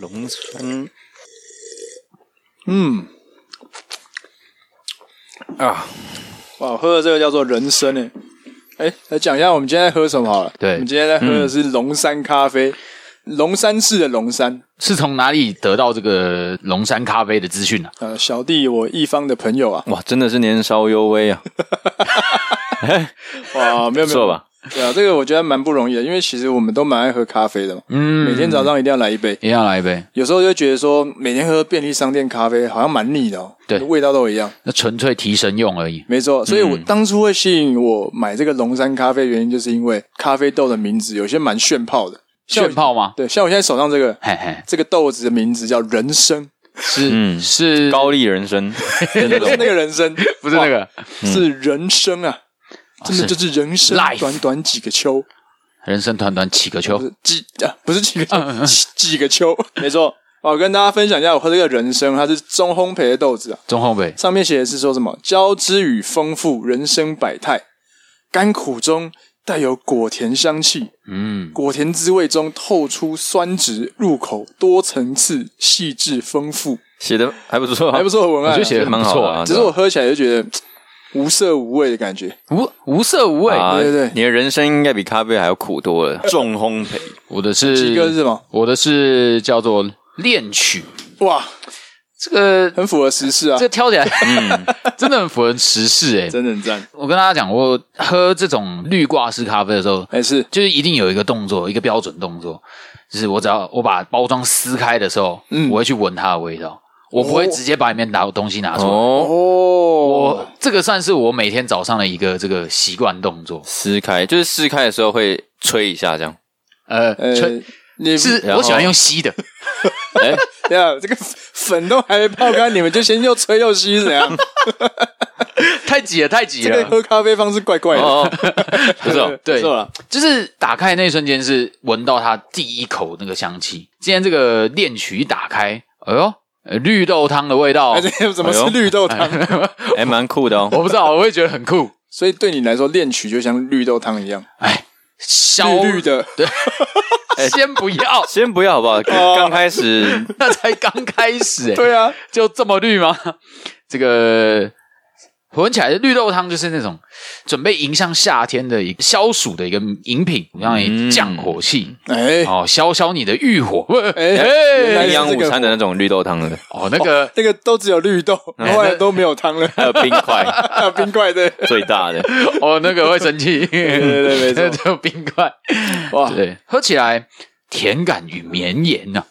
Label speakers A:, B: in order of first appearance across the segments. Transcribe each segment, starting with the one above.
A: 农村，嗯，啊，
B: 哇，喝的这个叫做人参诶。哎，来讲一下我们今天在喝什么好了。
C: 对
B: 我们今天在喝的是龙山咖啡，龙山市的龙山。
C: 是从哪里得到这个龙山咖啡的资讯啊呢？
B: 呃，小弟我一方的朋友啊，
A: 哇，真的是年少有为 啊，
B: 哇，没
A: 不
B: 有没
A: 错
B: 有，
A: 吧？
B: 对啊，这个我觉得蛮不容易的，因为其实我们都蛮爱喝咖啡的嘛，
C: 嗯，
B: 每天早上一定要来一杯。
C: 一定要来一杯，
B: 有时候就会觉得说，每天喝便利商店咖啡好像蛮腻的、哦，
C: 对
B: 味道都一样。
C: 那纯粹提神用而已。
B: 没错，所以
C: 嗯
B: 我当初会吸引我买这个龙山咖啡，原因就是因为咖啡豆的名字有些蛮炫泡的，像我
C: 炫泡吗？
B: 对，像我现在手上这个
C: 嘿嘿，
B: 这个豆子的名字叫人参，
C: 是、
A: 嗯
C: 是，
A: 高丽人 参，那
B: 不是
A: 种
B: 那个人参，
C: 不是那个嗯
B: 哇，是人参啊，真的就
C: 是
B: 是人参
C: Life，哦
B: 短短几个秋，
C: 人生短短几个
B: 不
C: 秋，
B: 是几啊，不是几个
C: 嗯
B: 秋，几几个秋，没 错。我跟大家分享一下，我喝这个人参，它是中烘焙的豆子啊，
C: 中后北
B: 上面写的是说什么“交织与丰富，人生百态，甘苦中带有果甜香气，
C: 嗯，
B: 果甜滋味中透出酸值，入口多层次，细致丰富，
A: 写的还不错啊，
B: 还不错的文案、
C: 我
B: 啊。
C: 觉得写的
A: 蛮
C: 不
A: 好
C: 错
A: 的啊，
B: 只是我喝起来就觉得嘖无色无味的感觉。
C: 无无色无味。
A: 啊，
B: 对对对
A: 你的人生应该比咖啡还要苦多了，重烘焙，
C: 我的
A: 嗯
C: 是
B: 几个是什么？
C: 我的是叫做恋曲，
B: 哇，
C: 这个
B: 很符合时事啊
C: 这，个挑起来， 真的很符合时事哎、
B: 真的很赞。
C: 我跟大家讲，我喝这种绿挂式咖啡的时候，
B: 哎，是
C: 就是一定有一个动作，一个标准动作，就是我只要我把包装撕开的时候，
B: 嗯
C: 我会去闻它的味道，我不会直接把里面拿东西拿出来。
A: 哦，
B: 哦
C: 我，这个算是我每天早上的一个这个习惯动作。
A: 撕开就是撕开的时候会吹一下这样，
C: 呃，
B: 呃
C: 吹，
B: 你
C: 是
A: 然后
C: 我喜欢用 吸的，
A: 哎，
B: 对啊，这个粉都还没泡干，你们就先又吹又吸是怎 样？
C: 太挤了，太挤
B: 这个
C: 了。
B: 喝咖啡方式怪怪的。
A: 啊哦， 不是哦，
C: 对
B: 错了，
C: 就是打开那一瞬间是闻到它第一口那个香气。今天这个恋曲一打开，哎 呦，呃绿豆汤的味道
B: 哎，，这怎么
A: 哎
B: 是
A: 呦
B: 绿豆汤？
A: 还蛮酷的哦，
C: 我不知道，我会觉得很酷。
B: 所以对你来说，恋曲就像绿豆汤一样，
C: 哎，消
B: 绿绿的。哎
C: 先不要，
A: 先不要好不
B: 哦
A: 好？刚刚开始
C: 那才刚开始、哎，
B: 对啊，
C: 就这么绿吗？ 这个闻起来绿豆汤就是那种准备迎向夏天的一消暑的一个饮品，让你降火气、
B: 哎
C: 哦，消消你的 欲火。
B: 哎，原来
A: 营
B: 是
A: 养
B: 这
A: 午
B: 个
A: 餐的那种绿豆 汤的，
C: 哦，那个
B: 那个都只有绿豆，
A: 嗯
B: 后来都没有汤了，
A: 还有冰块
B: 还有冰块的。
A: 最大的，
C: 哦，那个会生气，对
B: 对对没错 啊
C: 就冰块。
B: 哇，
C: 对，喝起来甜感与绵延呐、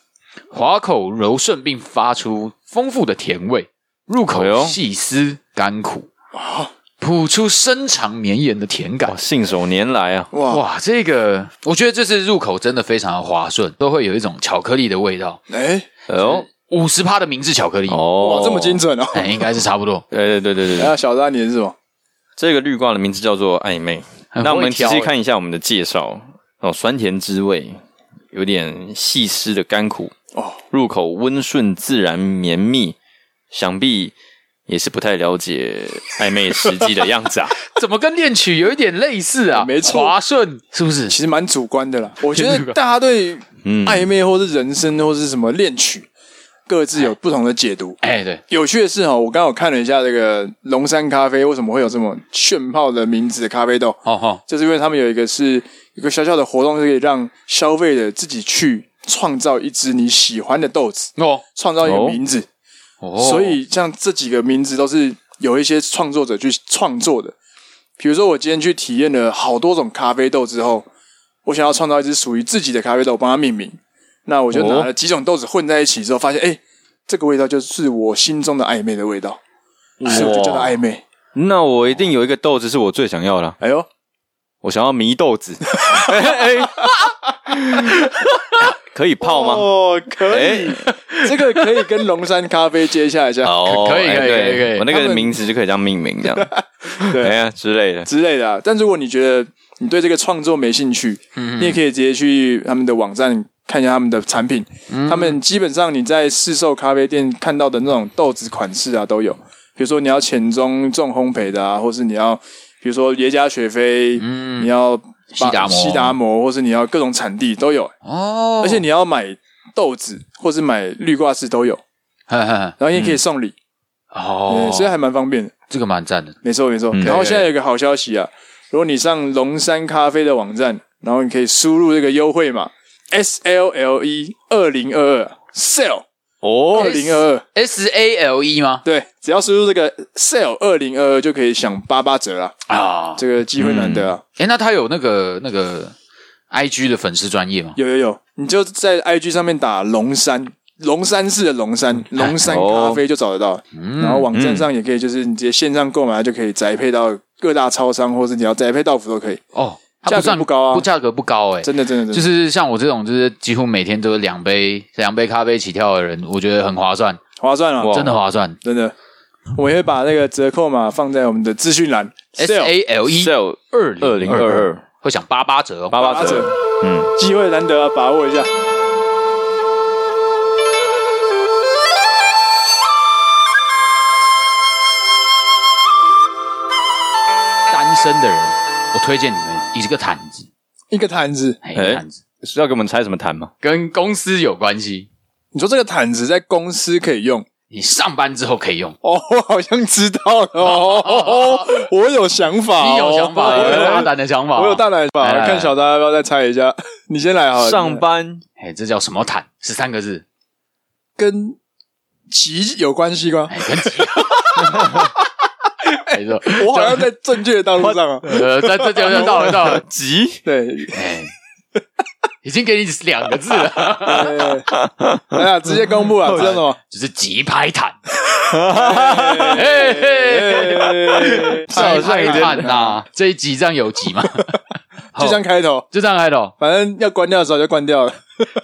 C: 滑口柔顺，并发出丰富的甜味，入
A: 哎呦
C: 口细丝甘苦，
B: 啊
C: 谱出深长绵延的甜感
A: 哇，。信手拈来啊，
B: 哇，
C: 哇，这个我觉得这次入口真的非常的滑顺，都会有一种巧克力的味道，
B: 哎，
A: 哎呦，
C: 五十趴的明治巧克力，
A: 哦
B: 哇，这么精，准哦！
C: 哎，应该是差不多。
A: 对对对对对对
B: 然，后小扎你是什么？
A: 这个绿挂的名字叫做暧昧。
C: 很
A: 那我们
C: 会
A: 仔
C: 挑
A: 细
C: 哎
A: 看一下我们的介绍哦，酸甜滋味，有点细丝的甘苦
B: 哦，
A: 入口温顺自然绵密，想必也是不太了解暧昧实际的样 子啊。
C: 怎么跟恋曲有一点类似啊？
B: 没错
C: 滑顺是不是？
B: 其实蛮主观的啦。我觉
C: 主
B: 得
C: 观
B: 大家对
A: 嗯，
B: 暧昧或是人生或是什么恋曲，各自有不同的解读。
C: 哎，对，
B: 有趣的是哦，我刚好看了一下这个龙山咖啡为什么会有这么炫泡的名字的咖啡豆，
C: 哦吼，
B: 就是因为他们有一个是有个小小的活动，是可以让消费者自己去创造一支你喜欢的豆子，
C: 哦
B: 创造一个
A: 哦
B: 名字。
C: 哦，
B: 所以像这几个名字都是有一些创作者去创作的。比如说，我今天去体验了好多种咖啡豆之后，我想要创造一支属于自己的咖啡豆，帮它命名。那我就拿了几种豆子混在一起之后，发现哎、诶这个味道就是我心中的暧昧的味道，所以我就叫它暧昧。
A: 那我一定有一个豆子是我最想要的啊，
B: 哎呦，
A: 我想要迷豆 子，哎哎可以泡吗？
B: 哦，可
A: 哎，
B: 这个可以跟龙山咖啡接洽一下
A: 哦，
C: 可以
A: 哎
C: 可
A: 对
C: 以可以可以
A: 我那
B: 他
A: 个
B: 们
A: 名字就可以这样命名，这样，
B: 对
A: 哎呀之类的，
B: 之类的、啊。但如果你觉得你对这个创作没兴趣，
C: 嗯
B: 你也可以直接去他们的网站看一下他们的产品。
C: 嗯
B: 他们基本上你在市售咖啡店看到的那种豆子款式啊都有，比如说你要浅棕重烘焙的啊，或是你要比如说耶加雪菲，你要巴
C: 嗯西达摩
B: 西达摩，或是你要各种产地都有，
C: 哦，
B: 而且你要买。豆子，或是买绿挂式都有，
C: 呵呵呵
B: 然后也可以送礼，
C: 哦
B: 嗯，所以还蛮方便的。
C: 这个蛮赞的，
B: 没错没错。
A: 嗯
B: 然后现在有一个好消息啊，如果你上龙山咖啡的网站，然后你可以输入这个优惠码 S L L E 二零二二 sale
A: 哦
B: 二零二二，
C: S A L E 吗？
B: 对，只要输入这个 sale 二零二二就可以享八八折啦，
C: 啊，
B: 这个机会难得啊！
C: 哎，那他有那个那个 I G 的粉丝专业吗？
B: 有有有，你就在 IG 上面打龙山。龙山市的龙山，龙山咖啡就找得到，然后网站上也可以，就是你直接线上购买就可以宅配到各大超商，或是你要宅配到府都可以，
C: 哦，它
B: 价
C: 算
B: 格不高啊
C: 不价格不高哎，
B: 真的真的真的。
C: 就是像我这种，就是几乎每天都有两杯两杯咖啡起跳的人，我觉得很划算，
B: 划算啊了，
A: 哇
C: 真的划算。
B: 真的。我们会把那个折扣码放在我们的资讯栏
C: S A L E
A: ，sale
C: 二
A: 二零二
C: 二
A: 二
C: 会想八八折哦，
A: 八八折，嗯，
B: 机会难得啊，把握一下。
C: 单身的人，我推荐你们一个毯子，
B: 一个毯子，
C: 嘿，一
A: 哎
C: 个毯子
A: 是要给我们猜什么谈吗？
C: 跟公司有关系，
B: 你说这个毯子在公司可以用？
C: 你上班之后可以用。
B: 哦，我好像知道了 哦，我有想法、哦，
C: 你有想法，哎
B: 我
C: 有大
B: 有
C: 胆的想法，
B: 我有大胆想
C: 来来
B: 法，
C: 来
B: 看小达要不要再猜一下？ 你先来好了，
A: 上班
C: 哎，这叫什么毯？十三个字，
B: 跟急有关系吗？
C: 哎，跟几没错，
B: 我好像在正确的道路上 啊。
C: 呃，这这就就到了到了，
A: 急
B: 对，
C: 哎，已经给你两个字了，
B: 哎哎呀，直接公布啊，知道吗？
C: 就是急拍毯，
B: 哎
C: 嘿嘿，
B: 哎
C: 急拍
B: 看
C: 毯呐，这一集这样有急吗？
B: 就像开头，
C: 就这样开头，
B: 反正要关掉的时候就关掉了。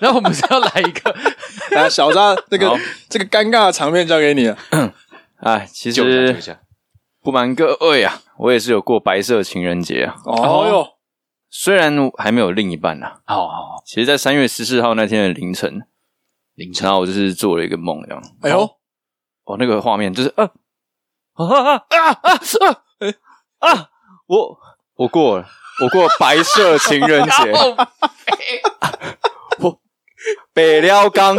C: 那我们是要来一个
B: 然后小扎这个
A: 好
B: 这个尴尬的场面交给你了。
A: 哎，其
C: 救一下救
A: 实
C: 一下，
A: 不瞒各位啊，我也是有过白色情人节啊，
B: 哦哟，
A: 虽然还没有另一半啊，
C: 好好好，
A: 其实，在三月十四号那天的凌晨，
C: 凌晨
A: 然后我就是做了一个梦，这样，
B: 哎呦，
A: 哦，那个画面就是，啊啊啊啊啊啊哎啊！我我过了，我过白色情人节，
C: 哦，
A: 北撩刚，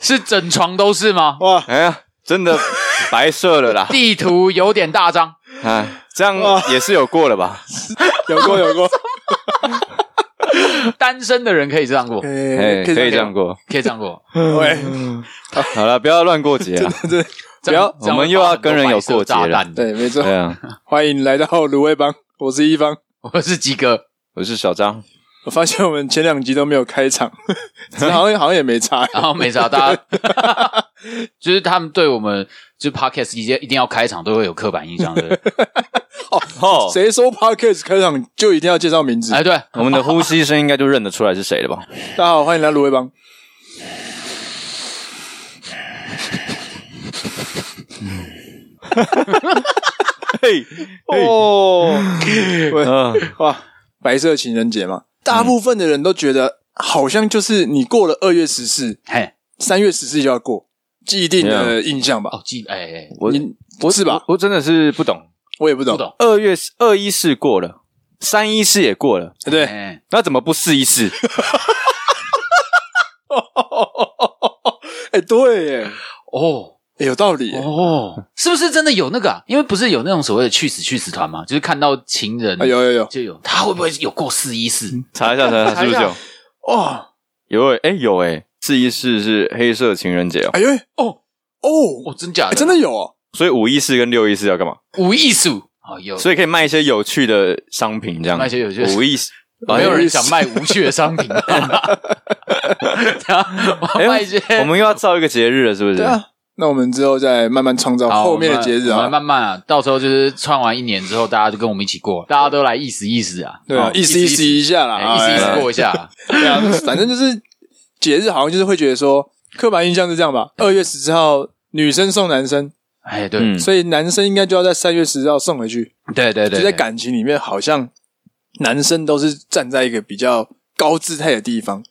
C: 是整床都是吗？
B: 哇，
A: 哎呀，真的白色了啦，
C: 地图有点大张，
A: 哎，这样
B: 哇
A: 也是有过了吧？
B: 有过有过，
C: 单身的人可以这样过，
A: 哎，
B: 哎
A: 可以这样，过，
C: 可以这样过，
B: 喂，
A: 好了，不要乱过节啊，
B: 这
C: 这样
A: 我们又要跟人有过节了
C: 这样会爆很多白色炸弹
B: 对，没错。
A: 对啊，
B: 欢迎来到卤味帮，我是一方。
C: 我是鸡哥，
A: 我是小张，
B: 我发现我们前两集都没有开场， 好像好像也没差。
C: 然后没啥，大家就是他们对我们就是 podcast 一定一定要开场都会有刻板印象的，
A: 哦，
B: 谁说 podcast 开场就一定要介绍名字？
C: 哎，对，
A: 我们的呼吸声应该就认得出来是谁了吧？
B: 大家好，欢迎来卤味帮。
A: 嘿，哦，嗯，
B: 哇，白色情人节嘛，大部分的人都觉得好像就是你过了二月十四，
C: 嘿，
B: 三月十四就要过，既定的印象吧？
C: 哦，鸡，哎哎，哎
A: 我
B: 你是吧？
A: 我真的是不懂，
B: 我也不懂
C: 不，懂，
A: 二月二一四过了，三一四也过了，
B: 对，
C: 哎，
A: 那怎么不试一试？
B: 哎，对耶，
C: 哦
B: 哎有道理耶，
C: 哦，是不是真的有那个啊？因为不是有那种所谓的去死去死团吗？就是看到情人
B: 啊，有有嗯有，
C: 就有，他会不会有过四一四？哦
A: 查一下，查一下是不是有？
B: 哇，
A: 有诶、哎、有诶、试一试是黑色情人节哦，
B: 哎呦，
C: 哦
B: 哦，
C: 哦，真假
B: 哎
C: 的？
B: 真的有哦，
A: 所以五一四跟六一四要干嘛？
C: 无艺术哦，有，
A: 所以可以卖一些有趣的商品，这样
C: 卖一些有趣的
A: 五一四，
C: 没有人想卖无趣的商品， 我
A: 哎
C: 要卖一些。
A: 我们又要造一个节日了，是不是？
B: 对啊，那我们之后再慢慢创造
C: 好
B: 后面的节日
C: 我们我
B: 啊
C: 们，慢慢啊，到时候就是串完一年之后，大家就跟我们一起过，大家都来意思意思啊，
B: 对啊
C: 哦，
B: 意思意思一下啦，
C: 哎意思意
B: 哎
C: 思过一下啊，
B: 对啊，反正就是节日好像就是会觉得说，刻板印象是这样吧，二月十四号女生送男生，
C: 哎，对
A: 嗯
B: 所以男生应该就要在三月十四号送回去，
C: 对对
B: 就
C: 对，
B: 在
C: 对
B: 感情里面，好像男生都是站在一个比较高姿态的地方，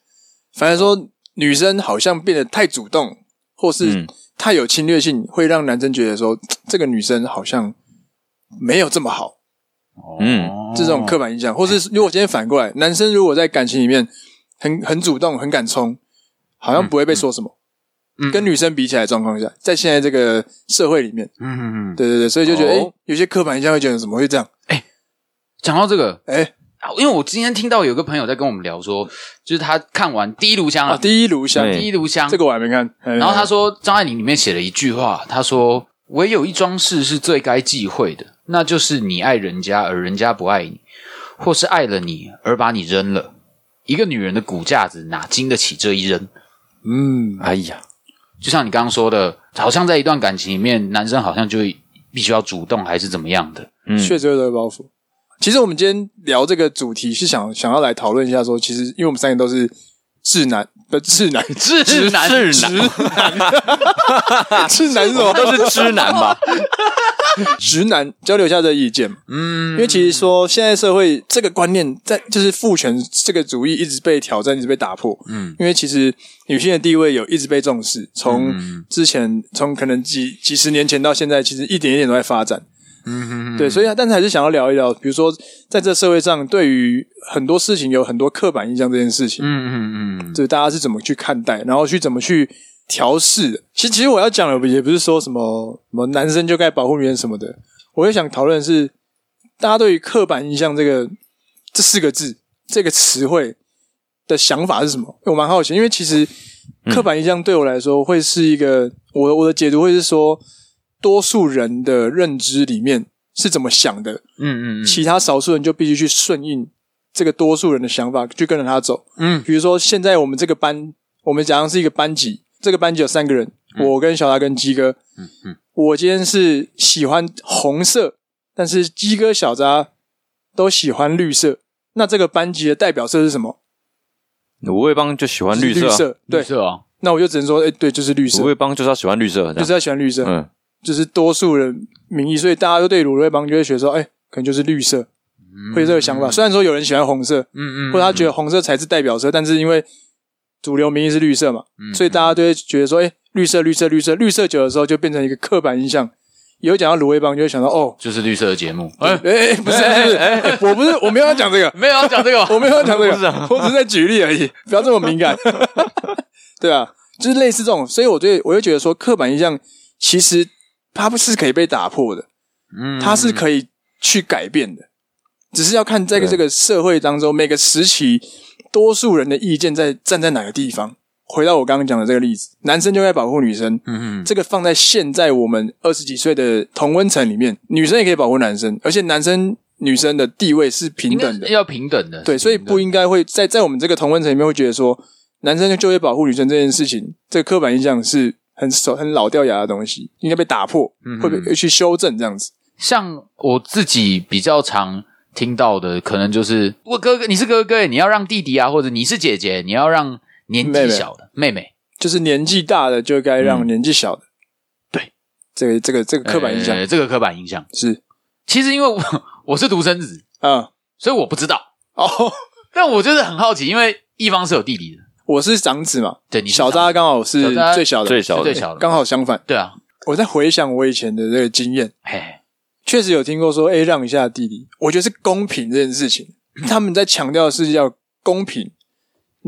B: 反而说女生好像变得太主动，或是
A: 嗯
B: 太有侵略性，会让男生觉得说嘖这个女生好像没有这么好，
C: 哦
A: 嗯
B: 这种刻板印象，或
A: 哎
B: 是如果今天反过来，男生如果在感情里面很很主动、很敢冲，好像不
A: 嗯
B: 会被说什么，
C: 嗯
B: 跟女生比起来的状况下，在现在这个社会里面，
C: 嗯嗯嗯，
B: 对对对，所以就觉得，哎、
A: 哦
B: 有些刻板印象会觉得怎么会这样？
C: 讲到这个，
B: 哎、
C: 啊因为我今天听到有个朋友在跟我们聊说，就是他看完《第一炉香》
B: 啊，
C: 啊，
B: 第一炉香，
A: 对
C: 第一炉香》
B: 这个我还没看。哎然
C: 然后他说，张爱玲里面写了一句话，他说：“唯有一桩事是最该忌讳的，那就是你爱人家而人家不爱你，或是爱了你而把你扔了。一个女人的骨架子哪经得起这一扔？
B: 嗯，
A: 哎呀，
C: 就像你刚刚说的，好像在一段感情里面，男生好像就必须要主动，还是怎么样的？
A: 嗯，
B: 确实会有包袱。其实我们今天聊这个主题是想想要来讨论一下说其实因为我们三个都是智男，不智男，
C: 直
A: 直
C: 男，
A: 直
C: 直
A: 男，
B: 智男是什
A: 我
B: 么？
A: 都是直男吧？
B: 直男交流一下这意见嘛。
C: 嗯
B: 因为其实说现在社会这个观念在就是父权这个主义一直被挑战，一直被打破。
C: 嗯，
B: 因为其实女性的地位有一直被重视，从
C: 嗯
B: 之前从可能几几十年前到现在，其实一点一点都在发展。
C: 嗯
B: 对，所以啊但是还是想要聊一聊，比如说在这社会上，对于很多事情有很多刻板印象这件事情，
C: 嗯嗯嗯，
B: 就是大家是怎么去看待，然后去怎么去调试的。其实，其实我要讲的也不是说什么什么男生就该保护女人什么的，我也想讨论的是大家对于刻板印象这个这四个字这个词汇的想法是什么？我蛮好奇，因为其实刻板印象对我来说会是一个我我的解读会是说，多数人的认知里面是怎么想的，
C: 嗯嗯
B: 其他少数人就必须去顺应这个多数人的想法，去跟着他走。
C: 嗯
B: 比如说现在我们这个班，我们假装是一个班级，这个班级有三个人，我跟小达跟鸡哥。
C: 嗯嗯，
B: 我今天是喜欢红色，但是鸡哥、小扎都喜欢绿色。那这个班级的代表色是什么？
A: 卤味帮就喜欢绿色
B: 是绿
A: 啊，
B: 色。对
C: 绿，色哦，
B: 那我就只能说，哎、对，就是绿色
A: 卤，味帮就是要喜欢绿色，这
B: 就是
A: 样，
B: 要喜欢绿色，
A: 嗯，
B: 就是多数人民意，所以大家都对鲁瑞邦就会觉得说，哎、可能就是绿色，会有这个想法。虽然说有人喜欢红色，
C: 嗯嗯，
B: 或者他觉得红色才是代表色，但是因为主流民意是绿色嘛，所以大家都会觉得说，哎、绿色，绿色，绿色，绿色久的时候就变成一个刻板印象。有讲到卤味帮，就会想到哦，
C: 就是绿色的节目，哎，
B: 哎、哎不是，不是，哎，我不是，我没有要讲 这个，
C: 没有要讲这个，
B: 我没有要讲这
A: 不是
B: 个
A: 啊，
B: 我只是在举例而已，不要这么敏感， 对啊，就是类似这种，所以我对我就觉得说，刻板印象其实它不是可以被打破的，
C: 嗯
B: 它是可以去改变的，只是要看在
A: 对
B: 这个社会当中每个时期多数人的意见在站在哪个地方。回到我刚刚讲的这个例子，男生就该保护女生，
C: 嗯嗯
B: 这个放在现在我们二十几岁的同温层里面，女生也可以保护男生，而且男生女生的地位是平
C: 应该
B: 等的，
C: 要平等的，
B: 对，所以不应该会在在我们这个同温层里面会觉得说，男生就业保护女生这件事情，这个刻板印象是很熟很老掉牙的东西，应该被打破，
C: 嗯
B: 会被去修正这样子。
C: 像我自己比较常听到的，可能就是我哥哥，你是哥哥，你要让弟弟啊，或者你是姐姐，你要让年纪小的妹妹，
B: 就是年纪大的就该让
A: 嗯
B: 年纪小的，
C: 对，
B: 这个这个这个刻板印象、
C: 呃这个刻板印象。
B: 是
C: 其实因为我 我是独生子，
B: 啊、
C: 所以我不知道，
B: 哦，
C: 但我就是很好奇，因为一方是有弟弟的，
B: 我是长子嘛，
C: 对，你是
B: 小扎
C: 长
B: 刚好是
C: 小扎
B: 最小的，
A: 最
C: 是
A: 小
C: 最
A: 的，
C: 小的，
B: 刚好相反。
C: 对啊，
B: 我在回想我以前的这个经验，
C: 嘿，
B: 确实有听过说，哎、让一下弟弟，我觉得是公平这件事 情，他们在强调的是要公平，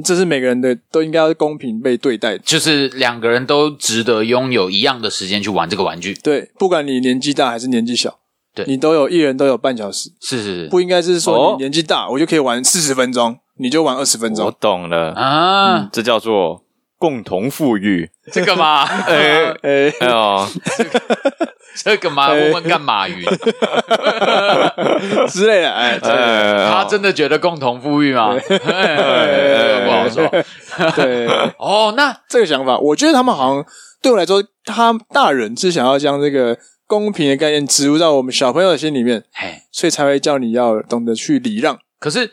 B: 这是每个人的都应该要公平被对待的。
C: 就是两个人都值得拥有一样的时间去玩这个玩具，
B: 对，不管你年纪大还是年纪小，
C: 对
B: 你都有一人都有半小时，
C: 是是是
B: 不应该是说
A: 哦哦
B: 你年纪大、我就可以玩四十分钟，你就玩二十分
A: 我
B: 钟。
A: 懂了，
C: 啊，
A: 这叫做共同富裕。
C: 这个嘛，
A: 哎
B: 哎、
A: 哎呦，
C: 这个嘛，问问干马云，
B: 之类的， 哎，
A: 哎，
C: 他啊真的觉得共同富裕吗？ 嘿这个不好说。
B: 对，
C: 哦，那
B: 哎这个想法，我觉得他们好像对我来说，他大人是想要将这个公平的概念植入到我们小朋友的心里面，
C: 嘿，
B: 所以才会叫你要懂得去礼让。
C: 可是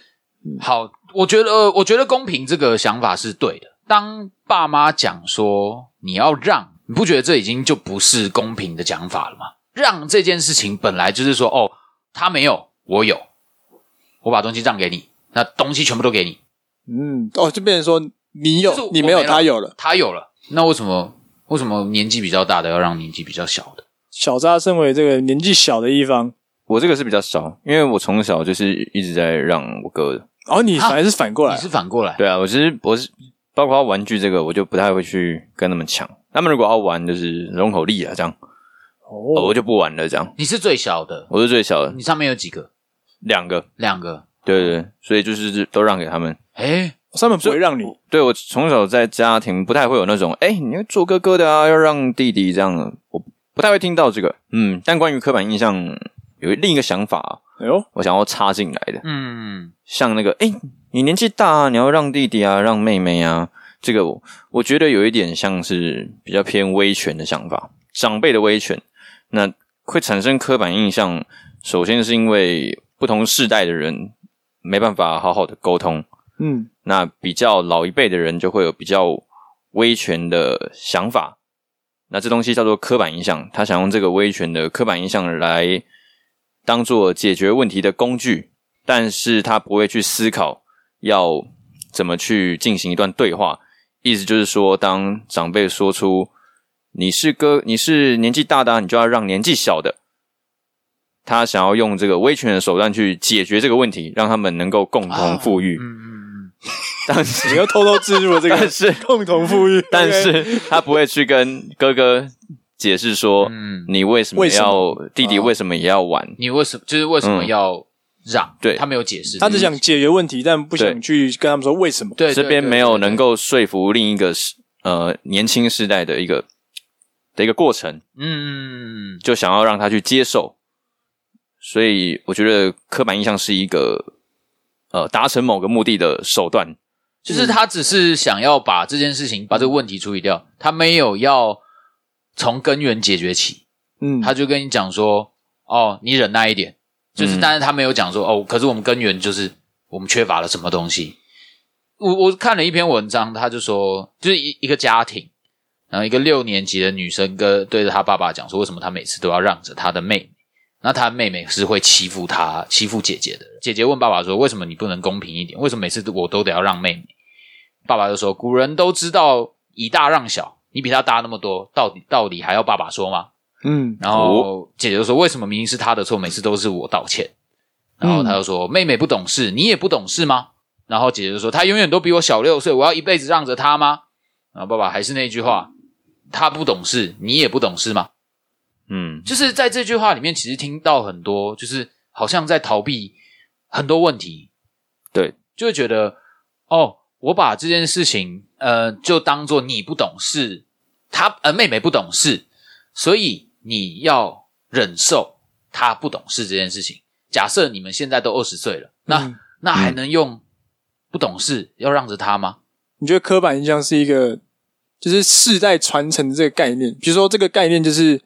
C: 好，我觉得，呃我觉得公平这个想法是对的。当爸妈讲说你要让，你不觉得这已经就不是公平的讲法了吗？让这件事情本来就是说，哦，他没有，我有，我把东西让给你，那东西全部都给你，
B: 嗯，哦，就变成说你
C: 就是我
B: 有，你没有，
C: 没了
B: 他有了。
C: 他有了，那为什么为什么年纪比较大的要让年纪比较小的？
B: 小扎身为这个年纪小的一方，
A: 我这个是比较少，因为我从小就是一直在让我哥的。
B: 然后你
C: 啊
B: 反而是反过来
C: 你是反过来，
A: 对啊，我其实我是包括玩具这个，我就不太会去跟他们抢。他们如果要玩，就是容口力啊这样，哦
B: 哦
A: 我就不玩了这样。
C: 你是最小的，
A: 我是最小的，
C: 你上面有几个？
A: 两个，
C: 两个。
A: 对对对，所以就是都让给他们。
C: 哎，
B: 上面不会让你
A: 对我从小在家庭不太会有那种，哎、你要做哥哥的啊，要让弟弟这样的，我不太会听到这个。嗯，但关于刻板印象，有另一个想法啊、
B: 哎呦，
A: 我想要插进来的，
C: 嗯，
A: 像那个，哎、你年纪大啊，你要让弟弟啊，让妹妹啊，这个我我觉得有一点像是比较偏威权的想法，长辈的威权，那会产生刻板印象。首先是因为不同世代的人没办法好好的沟通，
B: 嗯，
A: 那比较老一辈的人就会有比较威权的想法，那这东西叫做刻板印象，他想用这个威权的刻板印象来当做解决问题的工具，但是他不会去思考要怎么去进行一段对话。意思就是说，当长辈说出“你是哥，你是年纪大的啊、你就要让年纪小的。他想要用这个威权的手段去解决这个问题，让他们能够共同富
C: 嗯
A: 裕。但是
B: 你又偷偷置入了这 个
A: 但是
B: 共同富裕，
A: 但
B: OK
A: 是他不会去跟哥哥解释说，
C: 嗯哦
A: 你为什么
B: 为什
A: 要
B: 么
A: 弟弟为什么也要玩？
C: 你为什么就是为什么
A: 嗯
C: 要让？
A: 对
C: 他没有解释，
B: 他只想解决问题，但不想
A: 对
B: 去跟他们说为什么。
C: 对
A: 这边没有能，
C: 对对对对
A: 够说服另一个世呃年轻世代的一个的一个过程，
C: 嗯，
A: 就想要让他去接受。所以我觉得刻板印象是一个呃达成某个目的的手段。
C: 就是他只是想要把这件事情、把这个问题处理掉，他没有要从根源解决起，
B: 嗯，
C: 他就跟你讲说：“哦，你忍耐一点。”就是，
A: 嗯
C: 但是他没有讲说：“哦，可是我们根源就是我们缺乏了什么东西。我”我看了一篇文章，他就说，就是一一个家庭，然后一个六年级的女生跟对着她爸爸讲说：“为什么她每次都要让着她的妹妹？”那她妹妹是会欺负她、欺负姐姐的。姐姐问爸爸说：“为什么你不能公平一点？为什么每次我都得要让妹妹？”爸爸就说：“古人都知道以大让小，你比他大那么多，到底道理还要爸爸说吗？”
B: 嗯，
C: 然后姐姐就说：“为什么明明是她的错，每次都是我道歉？”然后他就说：“妹妹不懂事，你也不懂事吗？”然后姐姐就说：“她永远都比我小六岁，我要一辈子让着她吗？”然后爸爸还是那句话：“她不懂事，你也不懂事吗
A: 嗯？”，
C: 就是在这句话里面，其实听到很多，就是好像在逃避很多问题，
A: 对，
C: 就会觉得哦，我把这件事情呃，就当做你不懂事，他呃妹妹不懂事，所以你要忍受她不懂事这件事情。假设你们现在都二十岁了，那、
B: 嗯
C: 那还能用不懂事要让着她吗？
B: 你觉得刻板印象是一个就是世代传承的这个概念？比如说这个概念就是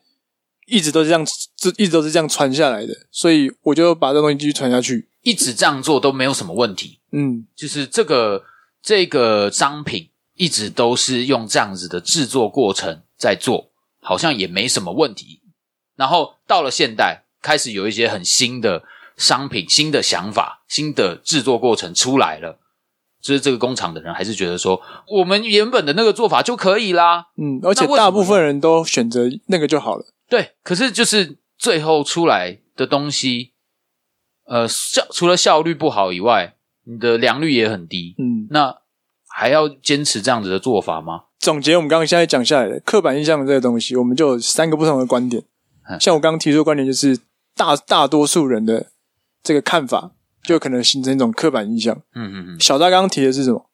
B: 一直都是这样，这一直都是这样传下来的，所以我就把这东西继续传下去。
C: 一直这样做都没有什么问题，
B: 嗯
C: 就是这个这个商品一直都是用这样子的制作过程在做，好像也没什么问题。然后到了现代，开始有一些很新的商品、新的想法、新的制作过程出来了，就是这个工厂的人还是觉得说，我们原本的那个做法就可以啦。
B: 嗯，而且
C: 那为什么
B: 大部分人都选择那个就好了。
C: 对，可是就是最后出来的东西，呃，效除了效率不好以外，你的良率也很低。
B: 嗯，
C: 那还要坚持这样子的做法吗？
B: 总结我们刚刚现在讲下来的刻板印象的这个东西，我们就有三个不同的观点
C: 嗯。
B: 像我刚刚提出的观点，就是大大多数人的这个看法，就可能形成一种刻板印象。
C: 嗯嗯嗯，
B: 小大刚刚提的是什么？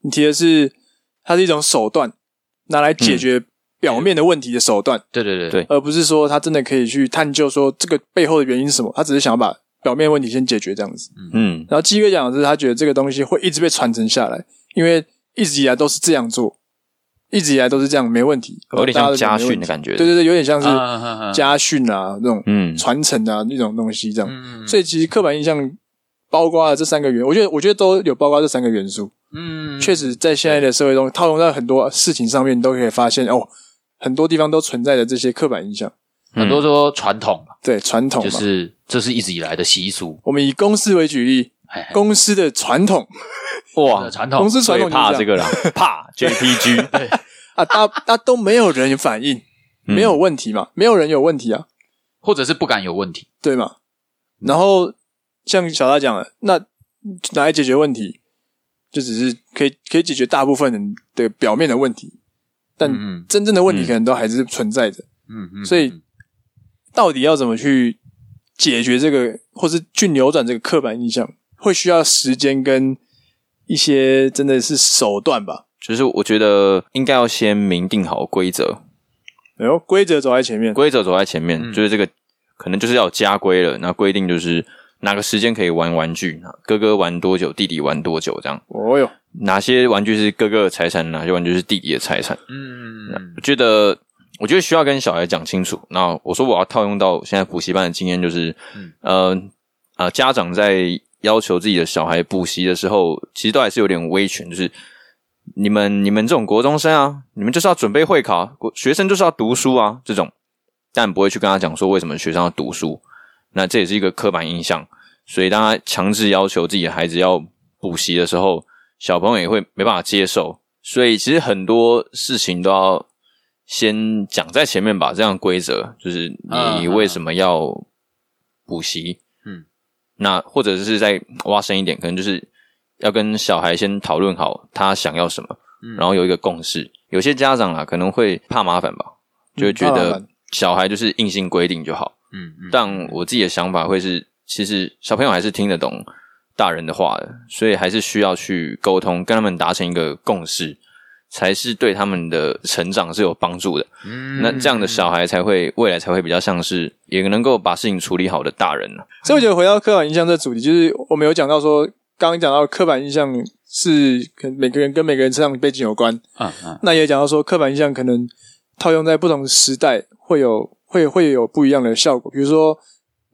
B: 你提的是它是一种手段，拿来解
A: 嗯
B: 决表面的问题的手段，
C: 对对对
A: 对
B: 而不是说他真的可以去探究说这个背后的原因是什么。他只是想要把表面问题先解决这样子。
A: 嗯，
B: 然后鸡哥讲的是，他觉得这个东西会一直被传承下来，因为一直以来都是这样做，一直以来都是这样，没问题。
A: 有点像家训的
B: 的
A: 感觉。
B: 对对对，有点像是
C: 嗯
B: 家训啊，那种
A: 嗯
B: 传承啊那种东西这样。
C: 嗯
B: 所以其实刻板印象包括了这三个元，我觉得我觉得都有包括这三个元素。
C: 嗯
B: 确实在现在的社会中，套用在很多事情上面，你都可以发现哦，很多地方都存在着这些刻板印象。
C: 很多说传统嘛，
B: 对嗯传统
C: 就
B: 嘛，
C: 是这是一直以来的习俗，
B: 我们以公司为举例，
C: 嘿嘿
B: 公司的传统
A: 哇，
C: 传
B: 公
C: 统
B: 司传
A: 哦最
B: 统就是
A: 怕
B: 样
A: 这个啦，怕 JPG。
B: 啊，大大都没有人
A: 嗯
B: 反应，没有问题嘛，没有人有问题啊，
C: 或者是不敢有问题，
B: 对嘛？
A: 嗯
B: 然后像小大讲的，那拿来解决问题，就只是可以可以解决大部分人的表面的问题，但
C: 嗯
B: 真正的问题
A: 嗯
B: 可能都还是存在着。
C: 嗯嗯，
B: 所以到底要怎么去解决这个，或是去扭转这个刻板印象，会需要时间跟一些真的是手段吧。
A: 就是我觉得应该要先明定好规则，
B: 然后哎规则走在前面，
A: 规则走在前面，
C: 嗯
A: 就是这个可能就是要有家规了。那规定就是哪个时间可以玩玩具，那哥哥玩多久，弟弟玩多久，这样
B: 哦哟，
A: 哪些玩具是哥哥的财产，哪些玩具是弟弟的财产。
C: 嗯嗯嗯
A: 我觉得，我觉得需要跟小孩讲清楚。那我说我要套用到现在补习班的经验，就是，
C: 嗯
A: 呃啊、家长在要求自己的小孩补习的时候，其实都还是有点威权，就是你们你们这种国中生啊，你们就是要准备会考啊，国学生就是要读书啊，这种，但不会去跟他讲说为什么学生要读书。那这也是一个刻板印象，所以当他强制要求自己的孩子要补习的时候，小朋友也会没办法接受。所以其实很多事情都要先讲在前面吧，这样规则就是
B: 啊
A: 你为什么要补习？
C: 嗯，
A: 那或者是再挖深一点，可能就是要跟小孩先讨论好他想要什么，
C: 嗯
A: 然后有一个共识。有些家长啊可能会怕麻烦吧，就会觉
B: 嗯怕麻
A: 得
B: 烦
A: 小孩就是硬性规定就好。
C: 嗯嗯，
A: 但我自己的想法会是，其实小朋友还是听得懂大人的话的，所以还是需要去沟通，跟他们达成一个共识，才是对他们的成长是有帮助的。
C: 嗯
A: 那这样的小孩才会未来才会比较像是也能够把事情处理好的大人啊
B: 所以我觉得回到刻板印象这主题，就是我们有讲到说，刚刚讲到刻板印象是跟每个人跟每个人成长背景有关，
C: 嗯嗯
B: 那也讲到说刻板印象可能套用在不同时代会有会会有不一样的效果，比如说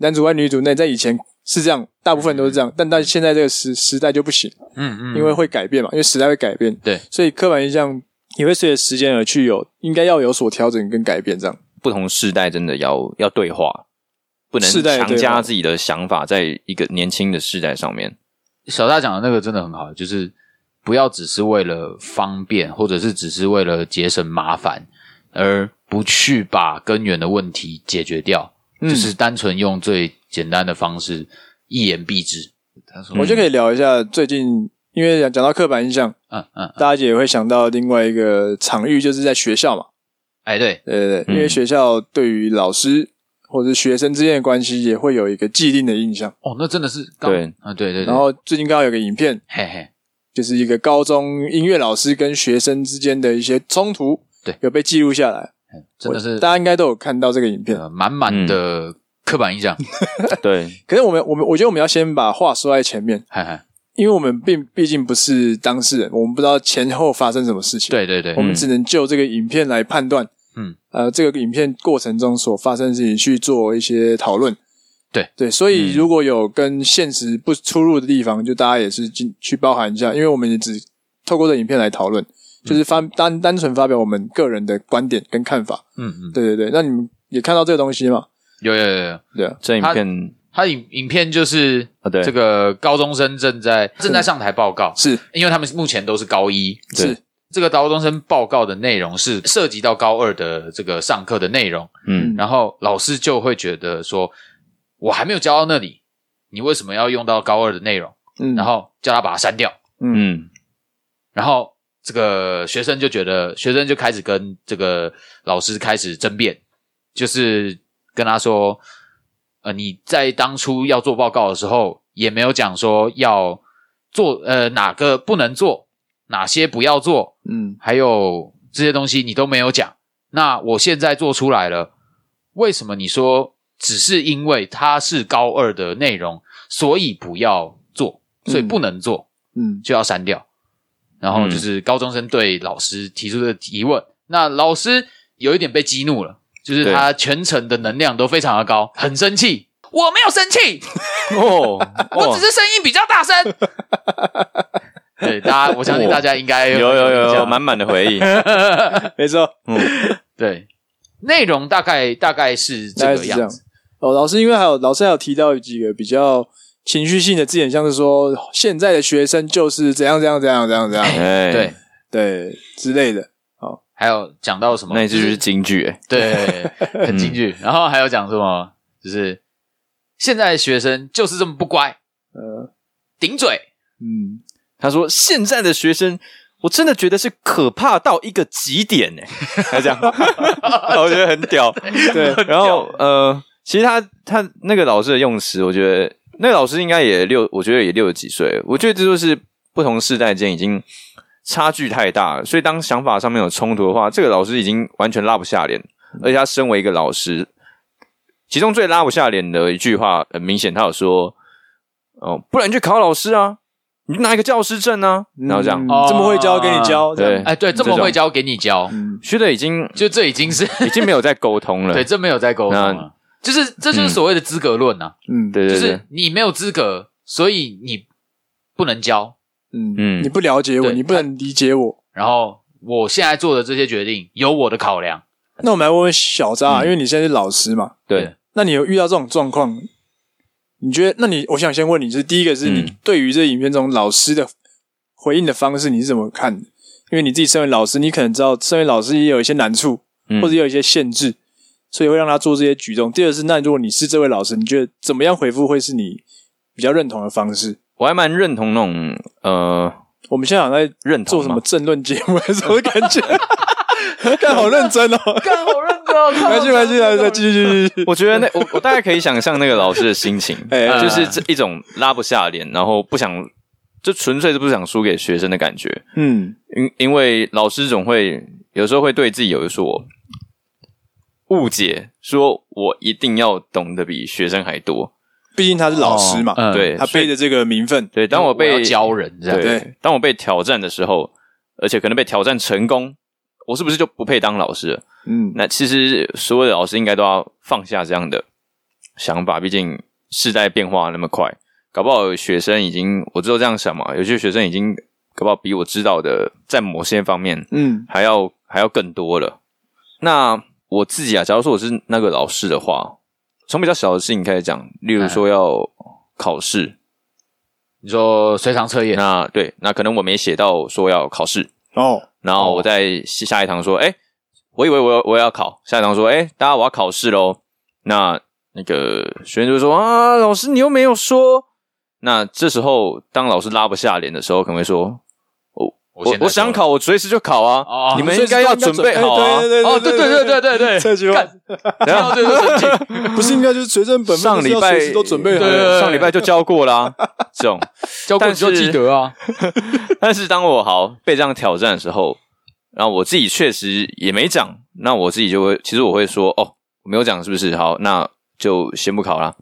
B: 男主外女主内，在以前是这样，大部分都是这样，但到现在这个时时代就不行，
C: 嗯嗯，
B: 因为会改变嘛，因为时代会改变，
C: 对，
B: 所以刻板印象也会随着时间而去有应该要有所调整跟改变，这样。
A: 不同世代真的要要对话，不能
B: 世代的
A: 强
B: 对话
A: 加自己的想法在一个年轻的世代上面。
C: 小大讲的那个真的很好，就是不要只是为了方便，或者是只是为了节省麻烦，而不去把根源的问题解决掉，
B: 嗯
C: 就是单纯用最简单的方式一言蔽之。他说
B: 嗯我觉得可以聊一下最近，因为讲讲到刻板印象，
C: 嗯嗯，
B: 大家也会想到另外一个场域，就是在学校嘛。
C: 哎，对，
B: 对对对，
A: 嗯
B: 因为学校对于老师或者学生之间的关系也会有一个既定的印象。
C: 哦，那真的是刚
A: 对，
C: 啊，对对对，
B: 然后最近刚好有个影片，
C: 嘿嘿，
B: 就是一个高中音乐老师跟学生之间的一些冲突，
C: 对
B: 有被记录下来。
C: 真的
B: 我
C: 是
B: 大家嗯应该都有看到这个影片。
C: 呃满满的刻 板印象，
A: 对，
B: 可是我们我们我觉得我们要先把话说在前面，
C: 嘿嘿，
B: 因为我们并毕竟不是当事人，我们不知道前后发生什么事情。
C: 对对对
B: 我，们只能就这个影片来判断，
C: 嗯，
B: 呃，这个影片过程中所发生的事情去做一些讨论。
C: 对
B: 对，所
A: 嗯
B: 以如果有跟现实不出入的地方，就大家也是进去包含一下，因为我们也只透过这影片来讨论，
C: 嗯
B: 就是发单单纯发表我们个人的观点跟看法。
C: 嗯嗯，
B: 对对对，那你们也看到这个东西嘛？
C: 有有有有，
B: 对啊，
A: 这影
C: 他
A: 片
C: 他影影片就是
A: 啊，对
C: 这个高中生正在正在上台报告，
B: 是
C: 因为他们目前都是高一。
A: 对
B: 是，
C: 这个高中生报告的内容是涉及到高二的这个上课的内容，
A: 嗯
B: 嗯
C: 然后老师就会觉得说，我还没有教到那里，你为什么要用到高二的内容？
B: 嗯，
C: 然后叫他把它删掉，
A: 嗯
C: 然后这个学生就觉得，学生就开始跟这个老师开始争辩，就是跟他说，呃，你在当初要做报告的时候，也没有讲说要做，呃，哪个不能做，哪些不要做，
B: 嗯
C: 还有这些东西你都没有讲。那我现在做出来了，为什么你说只是因为它是高二的内容，所以不要做，所以不能做？
B: 嗯
C: 就要删掉。然后
A: 嗯
C: 就是高中生对老师提出的疑问，那老师有一点被激怒了，就是
A: 对
C: 他全程的能量都非常的高，很生气。我没有生气，
A: 哦，
C: 我
A: 哦
C: 只是声音比较 大声。对，大家，我相信大家应该
A: 有有有
C: 印
A: 有
C: 象
A: 满满的回忆，
B: 嗯，没错，
C: 对，内容大概大概是这
B: 大概
C: 个
B: 是这
C: 样
B: 样
C: 子。。
B: 哦，老师，因为还有老师还有提到几个比较情绪性的字眼，像是说现在的学生就是怎样怎样怎样怎样怎 样，
A: 哎，
C: 对，，
B: 对之类的。
C: 还有讲到什么？
A: 那 一句就是京剧，哎，
C: 对，很京剧。然后还有讲什么？就是现在的学生就是这么不乖，
B: 呃，
C: 顶嘴。
B: 嗯，
A: 他说现在的学生，我真的觉得是可怕到一个极点呢、 欸。他这样，我觉得很屌。
B: 对，
A: 然后呃，其实他他那个老师的用词，我觉得那个老师应该也六，我觉得也六十几岁了。我觉得这就是不同世代间已经差距太大了，所以当想法上面有冲突的话，这个老师已经完全拉不下脸。而且他身为一个老师，其中最拉不下脸的一句话，很明显他有说：“哦、不然你去考老师啊，你就拿一个教师证啊。”
B: 嗯
A: 然后这样，
C: 哦
B: 这么会教，给你教，嗯这
A: 对
B: 样，
C: 哎，对，这么
A: 这种
C: 会教给你教，
B: 嗯，
A: 学的已经
C: 就这已经是
A: 已经没有在沟通了。
C: 对，这没有在沟通了，就是这就是所谓的资格论呐，
B: 嗯，
A: 对
C: 就
A: 对对，
C: 是你没有资格，所以你不能教。
B: 嗯，
A: 嗯
B: 你不了解我，
C: 对
B: 你不能理解我。
C: 然后我现在做的这些决定有我的考量，
B: 那我们来问问小
A: 嗯
B: 扎，因为你现在是老师嘛，
A: 对
B: 那你有遇到这种状况？你觉得？那你我想先问你是第一个是你
A: 嗯
B: 对于这影片中老师的回应的方式你是怎么看的？因为你自己身为老师，你可能知道身为老师也有一些难处，
A: 嗯
B: 或者也有一些限制，所以会让他做这些举动。第二是，那如果你是这位老师，你觉得怎么样回复会是你比较认同的方式？
A: 我还蛮认同那种呃
B: 我们现在好像在
A: 认同
B: 做什
A: 嘛
B: 么政论节目还是什么感 觉？看好认真哦，
C: 干好认真哦，
B: 没关系，没关系，来来继续继续继续。，
A: 我觉得那我我大概可以想象那个老师的心情
B: 哎
A: 就是这一种拉不下脸，然后不想就纯粹是不想输给学生的感觉。
B: 嗯
A: 因因为老师总会有时候会对自己有所误解，说我一定要懂得比学生还多。
B: 毕竟他是老师嘛，
C: 嗯
A: 对
B: 他背着这个名分，
A: 对，当
C: 我
A: 被
C: 要教人这样，
A: 对
B: 对，
A: 当我被挑战的时候，而且可能被挑战成功，我是不是就不配当老师了？
B: 嗯，
A: 那其实所有的老师应该都要放下这样的想法，毕竟世代变化那么快，搞不好有学生已经我只有这样想嘛，有些学生已经搞不好比我知道的在某些方面
B: 嗯
A: 还要还要更多了。那我自己啊，假如说我是那个老师的话，从比较小的事情开始讲，例如说要考试，
C: 你说随堂测验，
A: 那对，那可能我没写到说要考试，
B: 哦，
A: 然后我在下一堂说，哎、我以为我要我要考，下一堂说，哎、大家我要考试喽。那那个学生就说啊，老师你又没有说。那这时候，当老师拉不下脸的时候，可能会说，我
C: 现在
A: 我想考，我随时就考啊，
C: 哦
A: 你们应该要准备好啊。
B: 哎对对
C: 哦，对对对对对 对， 啊
B: 这句话
C: 干听到这个就 生气，
B: 不是应该就是随身本分，
A: 上礼
B: 就是要
A: 拜
B: 随时都准备好
C: 对对
B: 了，
C: 对
A: 上礼拜就教过 啦、这种，
C: 教过你就
A: 但是
C: 记得啊，
A: 但是当我好被这样挑战的时候，然后我自己确实也没讲，那我自己就会，其实我会说，哦，我没有讲是不是？好，那就先不考啦，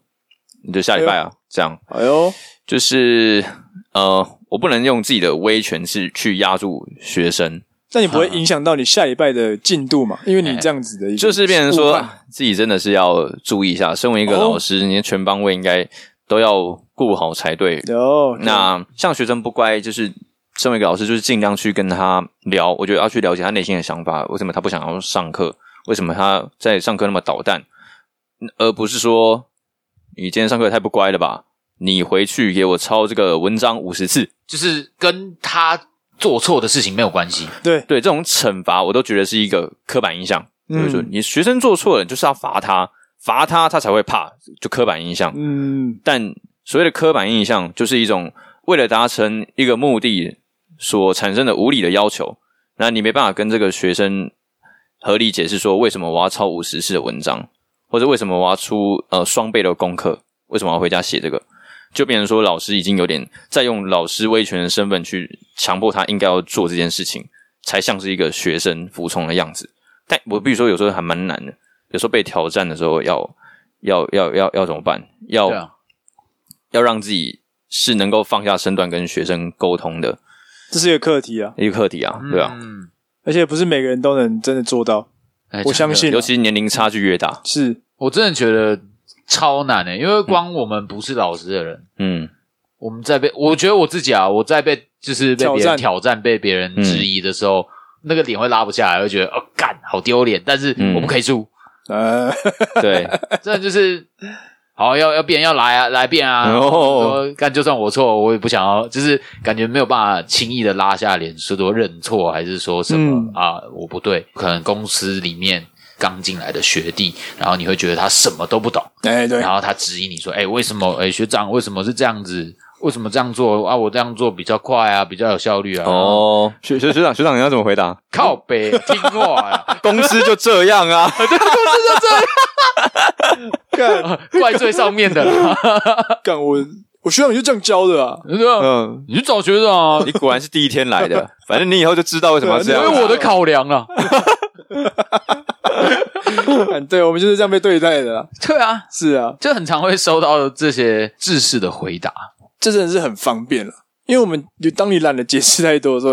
A: 你就下礼拜啊，这样
B: 哎呦，
A: 就是呃，我不能用自己的威权是去压住学生，
B: 那你不会影响到你下礼拜的进度嘛？因为你这样子的一个
A: 就是变成
B: 误
A: 说
B: 判哦
A: 自己真的是要注意一下，身为一个老师，你的全方位应该都要顾好才对，
B: 哦，
A: 那像学生不乖，就是身为一个老师，就是尽量去跟他聊，我觉得要去了解他内心的想法，为什么他不想要上课，为什么他在上课那么捣蛋，而不是说你今天上课太不乖了吧，你回去给我抄这个文章五十次，
C: 就是跟他做错的事情没有关系，
B: 对，
A: 对这种惩罚，我都觉得是一个刻板印象，
B: 嗯
A: 就是说你学生做错了，你就是要罚他，罚他他才会怕，就刻板印象。
B: 嗯，
A: 但所谓的刻板印象，就是一种为了达成一个目的所产生的无理的要求。那你没办法跟这个学生合理解释说，为什么我要抄五十次的文章，或者为什么我要出呃双倍的功课，为什么我要回家写这个？就变成说，老师已经有点在用老师威权的身份去强迫他应该要做这件事情，才像是一个学生服从的样子。但我必须说，有时候还蛮难的，有时候被挑战的时候要要要要要怎么办？要、
C: 对啊，
A: 要让自己是能够放下身段跟学生沟通的
B: 这是一个课题啊，
A: 一个课题啊，对啊，
C: 嗯，
B: 而且不是每个人都能真的做到，
C: 哎
B: 我相信
A: 尤其年龄差距越大，
B: 是
C: 我真的觉得超难的、因为光我们不是老师的人，
A: 嗯
C: 我们在被我觉得我自己啊，我在被就是被别
B: 挑
C: 人
B: 战
C: 挑战、被别人质疑的时候，那个脸会拉不下来，会觉得哦干好丢脸，但是
A: 嗯
C: 我不可以输，
B: 呃，
A: 对，
C: 真的就是。好，要要变要来啊，来变啊！
A: 哦
C: 说干，就算我错，我也不想要，就是感觉没有办法轻易的拉下脸，说多认错，还是说什么、
B: 嗯
C: 啊，我不对。可能公司里面刚进来的学弟，然后你会觉得他什么都不懂，
B: 哎，对
C: 然，后他质疑你说：“哎、为什么？哎、学长，为什么是这样子？为什么这样做啊？我这样做比较快啊，比较有效率啊。”，
A: 哦，学学学长学长，你要怎么回答？
C: 靠北，听话、啊，
A: 公司就这样啊，
C: 怪罪上面的啦。
B: 干我我学长就这样教的 啊，
C: 你说
A: 嗯，
C: 你去找学 长啊，
A: 你果然是第一天来的，反正你以后就知道为什么要这
C: 因
A: 样
C: 为
A: 了。
C: 我的考量啊。
B: 干对我们就是这样被对待的啦。
C: 对啊，
B: 是啊，
C: 就很常会收到这些制式的回答。
B: 这真的是很方便了，啊因为我们就当你懒得解释太多的时候，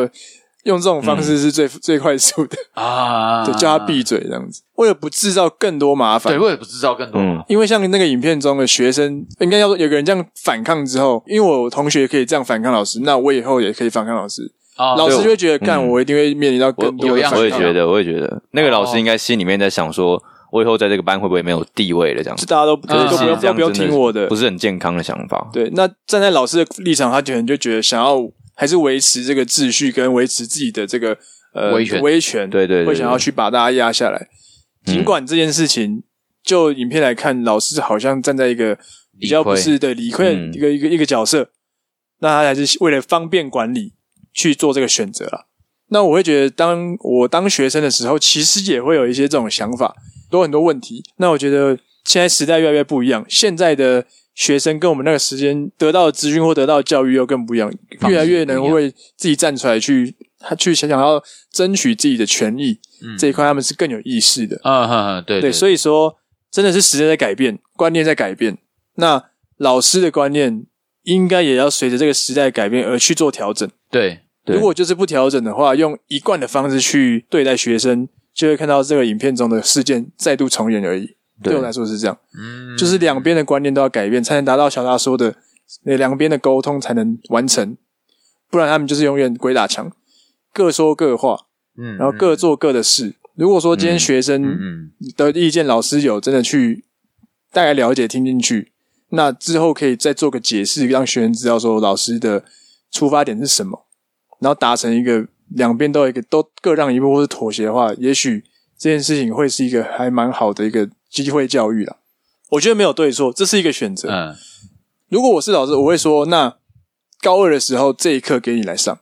B: 用这种方式是
A: 嗯
B: 最、最快速的，
C: 啊，
B: 就叫他闭嘴这样子，为了不制造更多麻烦
C: 对，。我也不知道更多。
A: 嗯，
B: 因为像那个影片中的学生，应该要说有个人这样反抗之后，因为我同学可以这样反抗老师，那我以后也可以反抗老师。
C: 啊，
B: 老师
A: 对
B: 就会觉得，干、
A: 嗯
B: 我一定会面临到
A: 我
B: 更多
A: 我
B: 的
C: 有样
B: 反
C: 子
B: 抗。
A: 我也觉得，我也觉得那个老师应该心里面在想说，我以后在这个班会不会没有地位了？这样
B: 就
A: 子，
B: 大家都不
C: 可是
B: 都不要
C: 其实
A: 这
B: 都
A: 样
B: 呃不要
A: 真的
B: 听我的
A: 不。是很健康的想法。
B: 对，那站在老师的立场，他可能就觉得想要还是维持这个秩序，跟维持自己的这个呃
C: 威权
B: 威权，
A: 对对对
B: 会想要去把大家压下来。
A: 嗯
B: 尽管这件事情，就影片来看，老师好像站在一个比较不是对理亏的
A: 嗯
B: 一个一个一个角色，那他还是为了方便管理去做这个选择了。那我会觉得，当我当学生的时候，其实也会有一些这种想法，有很多问题。那我觉得现在时代越来越不一样，现在的学生跟我们那个时间得到的资讯或得到的教育又更不一样，
C: 方式
B: 越来越
C: 不
B: 能
C: 一样
B: 为自己站出来去，他去想想要争取自己的权益、
C: 嗯
B: 这一块，他们是更有意识的。
C: 嗯哼哼，对
B: 对，所
C: 以
B: 以说真的是时代在改变，观念在改变。那老师的观念应该也要随着这个时代改变而去做调整。
C: 对
A: 对
B: 如果就是不调整的话，用一贯的方式去对待学生，就会看到这个影片中的事件再度重演而已。对我来说是这样，
C: 嗯，
B: 就是两边的观念都要改变，才能达到小大说的那两边的沟通才能完成，不然他们就是永远鬼打墙，各说各话，
C: 嗯，
B: 然后各做各的事。如果说今天学生
C: 嗯嗯
B: 的意见，老师有真的去大概了解、听进去，那之后可以再做个解释，让学生知道说老师的出发点是什么，然后达成一个两边都有一个都各让一步或是妥协的话，也许这件事情会是一个还蛮好的一个机会教育啦。我觉得没有对错，这是一个选择。
C: 嗯
B: 如果我是老师，我会说，那高二的时候这一课给你来上，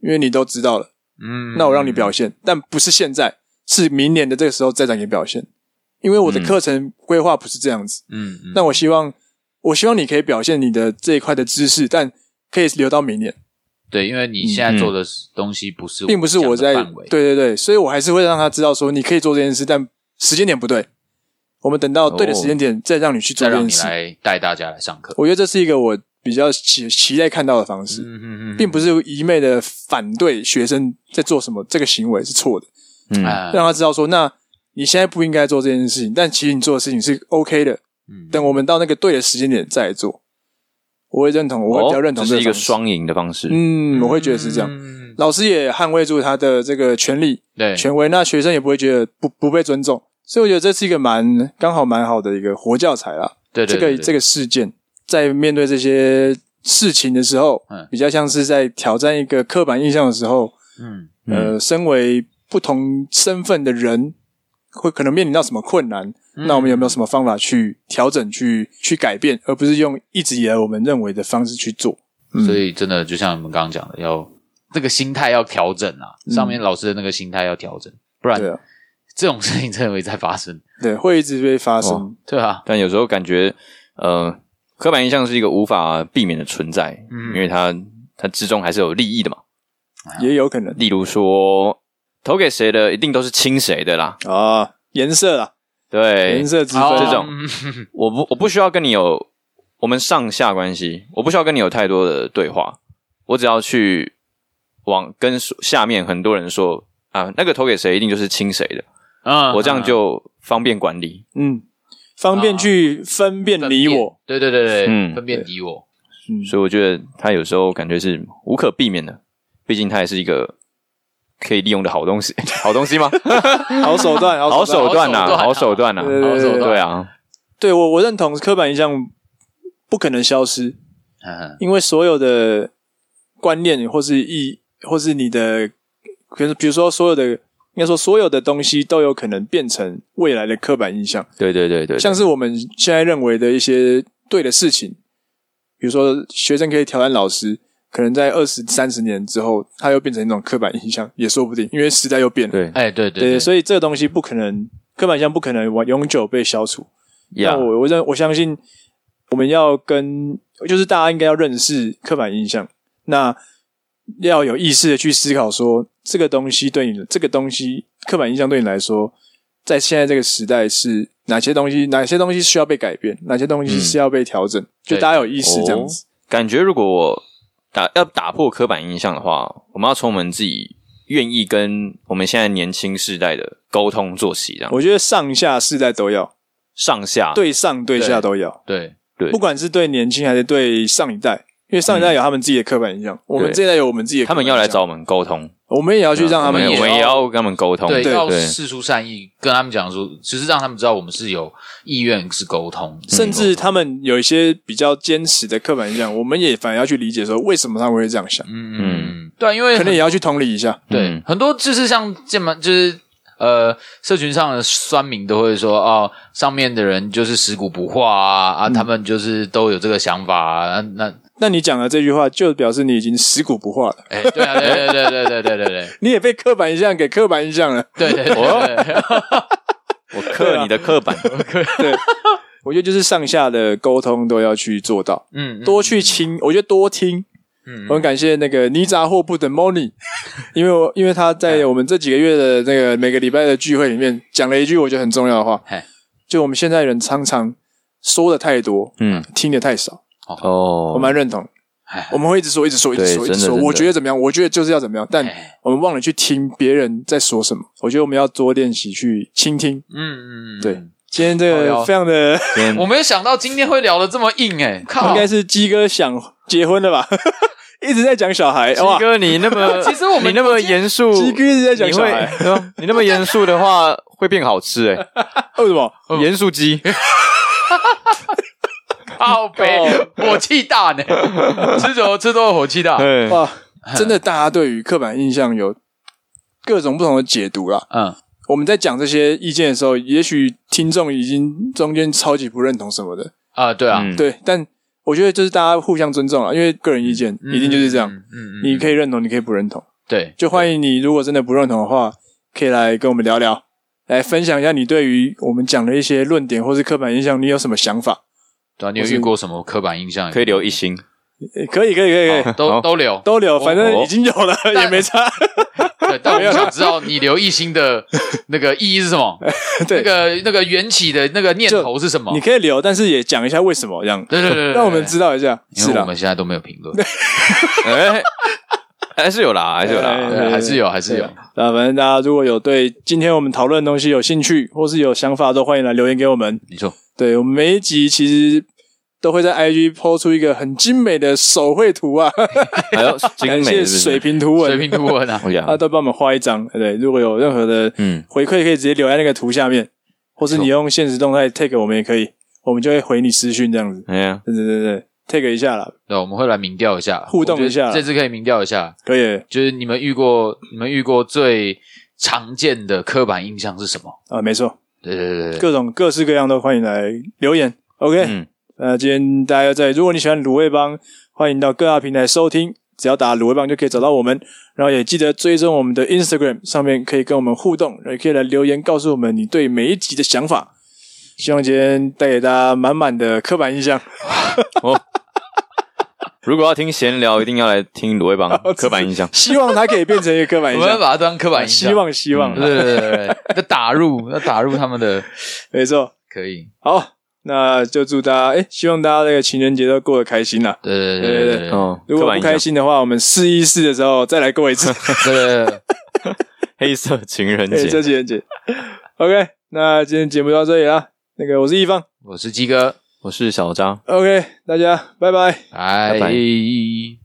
B: 因为你都知道了。
C: 嗯，
B: 那我让你表现，但不是现在，是明年的这个时候再让你表现，因为我的
A: 嗯
B: 课程规划不是这样子。
C: 嗯，嗯，
B: 那我希望，我希望你可以表现你的这一块的知识，但可以留到明年，
C: 对，因为你现在做的东西不是
B: 并不是我在
C: 讲的范围，
B: 对对对，所以我还是会让他知道说你可以做这件事，但时间点不对，我们等到对的时间点再让你去做
C: 哦再
B: 这
C: 让
B: 件
C: 你
B: 事。
C: 来带大家来上课，
B: 我觉得这是一个我比较期期待看到的方式，
C: 嗯嗯嗯，
B: 并不是一昧的反对学生在做什么，这个行为是错的。
A: 嗯，
C: 啊，
B: 让他知道说，那你现在不应该做这件事情，但其实你做的事情是 OK 的。
C: 嗯
B: 等我们到那个对的时间点再来做，我会认同，我会
A: 哦
B: 比较认同
A: 这是一个
B: 个方式，
A: 双赢的方式。
B: 嗯，我会觉得是这样。
C: 嗯
B: 老师也捍卫住他的这个权利、
C: 对，
B: 权威，那学生也不会觉得不不被尊重，所以我觉得这是一个蛮刚好蛮好的一个活教材啦。
C: 对对
B: 这个这
C: 个
B: 个事件在面对这些事情的时候，
C: 嗯
B: 比较像是在挑战一个刻板印象的时候，
C: 嗯
A: 嗯
B: 呃，身为不同身份的人，会可能面临到什么困难？那我们有没有什么方法去调整、去去改变，而不是用一直以来我们认为的方式去做？嗯
C: 所以真的就像你们刚刚讲的，要这个心态要调整啊，
B: 嗯
C: 上面老师的那个心态要调整，不然
B: 对啊，
C: 这种事情真的会再发生，
B: 对，会一直被发
A: 哦
B: 生。
C: 对啊，
A: 但有时候感觉，呃，刻板印象是一个无法避免的存在，
C: 嗯
A: 因为它它之中还是有利益的嘛。
B: 也有可能
A: 例如说，投给谁的一定都是亲谁的啦。
B: 啊，颜色啦，
A: 对
B: 颜，色之
C: 哦
B: 分啊
A: 这种我不我不需要跟你有我们上下关系，我不需要跟你有太多的对话，我只要去往跟下面很多人说啊，那个投给谁一定就是亲谁的，
C: 嗯，
A: 我这样就方便管理。
B: 嗯，方便去分辨
C: 嗯
B: 你我，，
C: 对对对对，
A: 嗯
C: 分辨敌我，
B: 嗯，
A: 所以我觉得他有时候感觉是无可避免的，毕竟他也是一个可以利用的好东西，好东西吗？
B: 好手段，
A: 好
B: 好手段。
A: 手段呐、
C: 好
A: 好
C: 手
A: 手段呐、
B: 对对
C: 好手段
A: 对啊，
B: 对我，我认同刻板印象不可能消失，
C: 嗯
B: 因为所有的观念或是意，或是你的，比如比如说所有的应该说所有的东西都有可能变成未来的刻板印象，
A: 对对对对，
B: 像是我们现在认为的一些对的事情，比如说学生可以调侃老师，可能在二十三十年之后，它又变成一种刻板印象，也说不定，因为时代又变了。
A: 对
C: 哎，对对
B: 对
C: 对，
B: 所以这个东西不可能，刻板印象不可能完永久被消除。
A: 呀
B: 那我我认我相信，我们要跟就是大家应该要认识刻板印象，那要有意识的去思考说，这个东西对你这个东西刻板印象对你来说，在现在这个时代是哪些东西，哪些东西需要被改变，哪些东西
A: 嗯
B: 是要被调整，就大家有意识这样子。
A: 感觉如果我打要打破刻板印象的话，我们要从我们自己愿意跟我们现在年轻世代的沟通做起，这样
B: 我觉得上下世代都要，
A: 上下
B: 对上对下都要，
C: 对
A: 啊对嗯
B: 不管是对年轻还是对上一代。因为上一代有他们自己的刻板印象，我们
A: 对
B: 这一代有我们自己的刻
A: 他们
B: 板印象。
A: 要来找，我们沟通，
B: 我们也要去让他
A: 我
B: 们
A: 们
C: 也
A: 我们也要跟他们沟通，
C: 对，
A: 对
C: 要事出善意，跟他们讲说，只是让他们知道我们是有意愿是沟通，
B: 甚
C: 嗯哦
B: 至他们有一些比较坚持的刻板印象，我们也反而要去理解说为什么他们会这样想，
C: 嗯嗯，对啊，因为
B: 可能也要去同理一下。
C: 对、
A: 嗯
C: 很多就是像这么就是。呃，社群上的酸民都会说哦，上面的人就是食古不化啊，
B: 嗯
C: 啊，他们就是都有这个想法啊，那那
B: 那你讲的这句话，就表示你已经食古不化了，
C: 哎，对啊，对对对对对对对对
B: 你也被刻板印象给刻板印象了。
C: 对对对
B: 哦
C: 对 嗯对，
A: 我刻你的刻板，
B: 我觉得就是上下的沟通都要去做到，
C: 嗯，嗯
B: 多去听，我觉得多听。
C: 嗯
B: 我很感谢那个尼扎霍布的 Moni，因为 我因为他
C: 哎
B: 在我们这几个月的那个每个礼拜的聚会里面讲了一句我觉得很重要的话
C: 嘿，
B: 就我们现在人常常说的太多，
A: 嗯，
B: 听的太少。
A: 哦，
B: 我蛮认同
C: 哎，
B: 我们会一直说，一直说，一
A: 对
B: 直说，一直
A: 真的
B: 说。
A: 真的
B: 我觉得怎么样？我觉得就是要怎么样，但
C: 哎
B: 我们忘了去听别人在说什么。我觉得我们要多练习去倾听。
C: 嗯嗯，嗯
B: 对，今天这
C: 好
B: 个
C: 哟
B: 非常的，
A: 今天
C: 我没有想到今天会聊的这么硬哎、靠，
B: 应该是鸡哥想结婚了吧？ 一直在讲小孩哇
A: 鸡，哥，你那 么
C: 其实我们
A: 你那么严肃，
B: 鸡哥一直在讲
A: 你
B: 小
A: 会
B: 孩，
A: 对吧你那么严肃的话会变好吃 哎，
B: 为什么？
A: 严肃鸡，
C: 靠北，
B: 哦
C: 火气大呢，吃什么吃多了 火气大。
A: 对，
B: 哇，
A: 嗯
B: 真的，大家对于刻板印象有各种不同的解读啦。
C: 嗯，
B: 我们在讲这些意见的时候，也许听众已经中间超级不认同什么的，
C: 啊，对啊，
A: 嗯
B: 对，但我觉得就是大家互相尊重了，因为个人意见一定就是这样，
C: 嗯嗯，嗯
B: 你可以认同，你可以不认同，
C: 对，
B: 就欢迎你如果真的不认同的话，可以来跟我们聊聊，来分享一下你对于我们讲的一些论点或是刻板印象，你有什么想法？
C: 对啊，你有遇过什么刻板印象？
A: 可以留一星，
B: 呃可以，可以，可以，可 以，
C: 都
A: 好
C: 都留，
B: 都留，反正
A: 哦
B: 已经有了， 也没差。
C: 对，但我们想知道你留一星的那个意义是什么？
B: 对
C: 那个那个缘起的那个念头是什么
B: 你？可以留，但是也讲一下为什么这样，
C: 对对对对，对
B: 让我们知，道一下。
C: 因
B: 是
C: 为我
B: 啦，
C: 们现在都没有评论，
A: 哎，还是有啦，还是有
B: 哎
A: 啦，
C: 对还是有，还是有。
B: 那反正大家如果有对今天我们讨论的东西有兴趣，或是有想法，都欢迎来留言给我们。
C: 你说，
B: 对我们每一集其实都 会在 IG 抛出一个很精美的手绘图啊，
A: 还有精
B: 感
A: 美
B: 谢
A: 是不是
B: 水平图
C: 水
B: 文，
C: 平图文啊，
A: 哎呀
B: 他都帮我们画一张。对，如果有任何的
A: 嗯，
B: 回馈，可以直接留在那个图下面，或是你用现实动态 tag 我们也可以，我们就会回你私讯这样子。
A: 哎呀，
B: 对对对对，tag 一下啦，
C: 对，我们会来民调一下，
B: 互动一下
C: 我觉得这次可以民调一下，
B: 可以
C: 就是你们遇过你们遇过最常见的刻板印象是什么？
B: 啊，没错，
C: 对对对对对，
B: 各种各式各样都欢迎来留言。OK，
A: 嗯，
B: 那今天大家在，如果你喜欢卤味帮，欢迎到各大平台收听，只要打卤味帮就可以找到我们。然后也记得追踪我们的 Instagram，上面可以跟我们互动，也可以来留言告诉我们你对每一集的想法。希望今天带给大家满满的刻板印象。
A: 如果要听闲聊，一定要来听卤味
B: 啊
A: 帮刻板印象，
B: 希望它可以变成一个刻板
C: 我
B: 印
C: 们要
B: 象。
C: 把它当刻板印象，嗯
B: 希望希望，
C: 对对对对对，要打入要打入他们的，
B: 没错。
C: 可以，
B: 好，那就祝大家，哎、希望大家这个情人节都过得开心啦。
C: 对对对对对对
A: 哦，
B: 如
A: 刻
B: 果
A: 板
B: 不
A: 印
B: 开
A: 象，
B: 心的话，我们试一试的时候再来过一次。
C: 对对，
A: 黑色情人
B: 对，哎
A: 节，
B: 这情人节。OK，那今天节目就到这里啦。那个我是易放
C: 我是鸡哥，
A: 我是小张。
B: ，OK，大家拜拜。
C: 拜
A: 拜
C: 拜。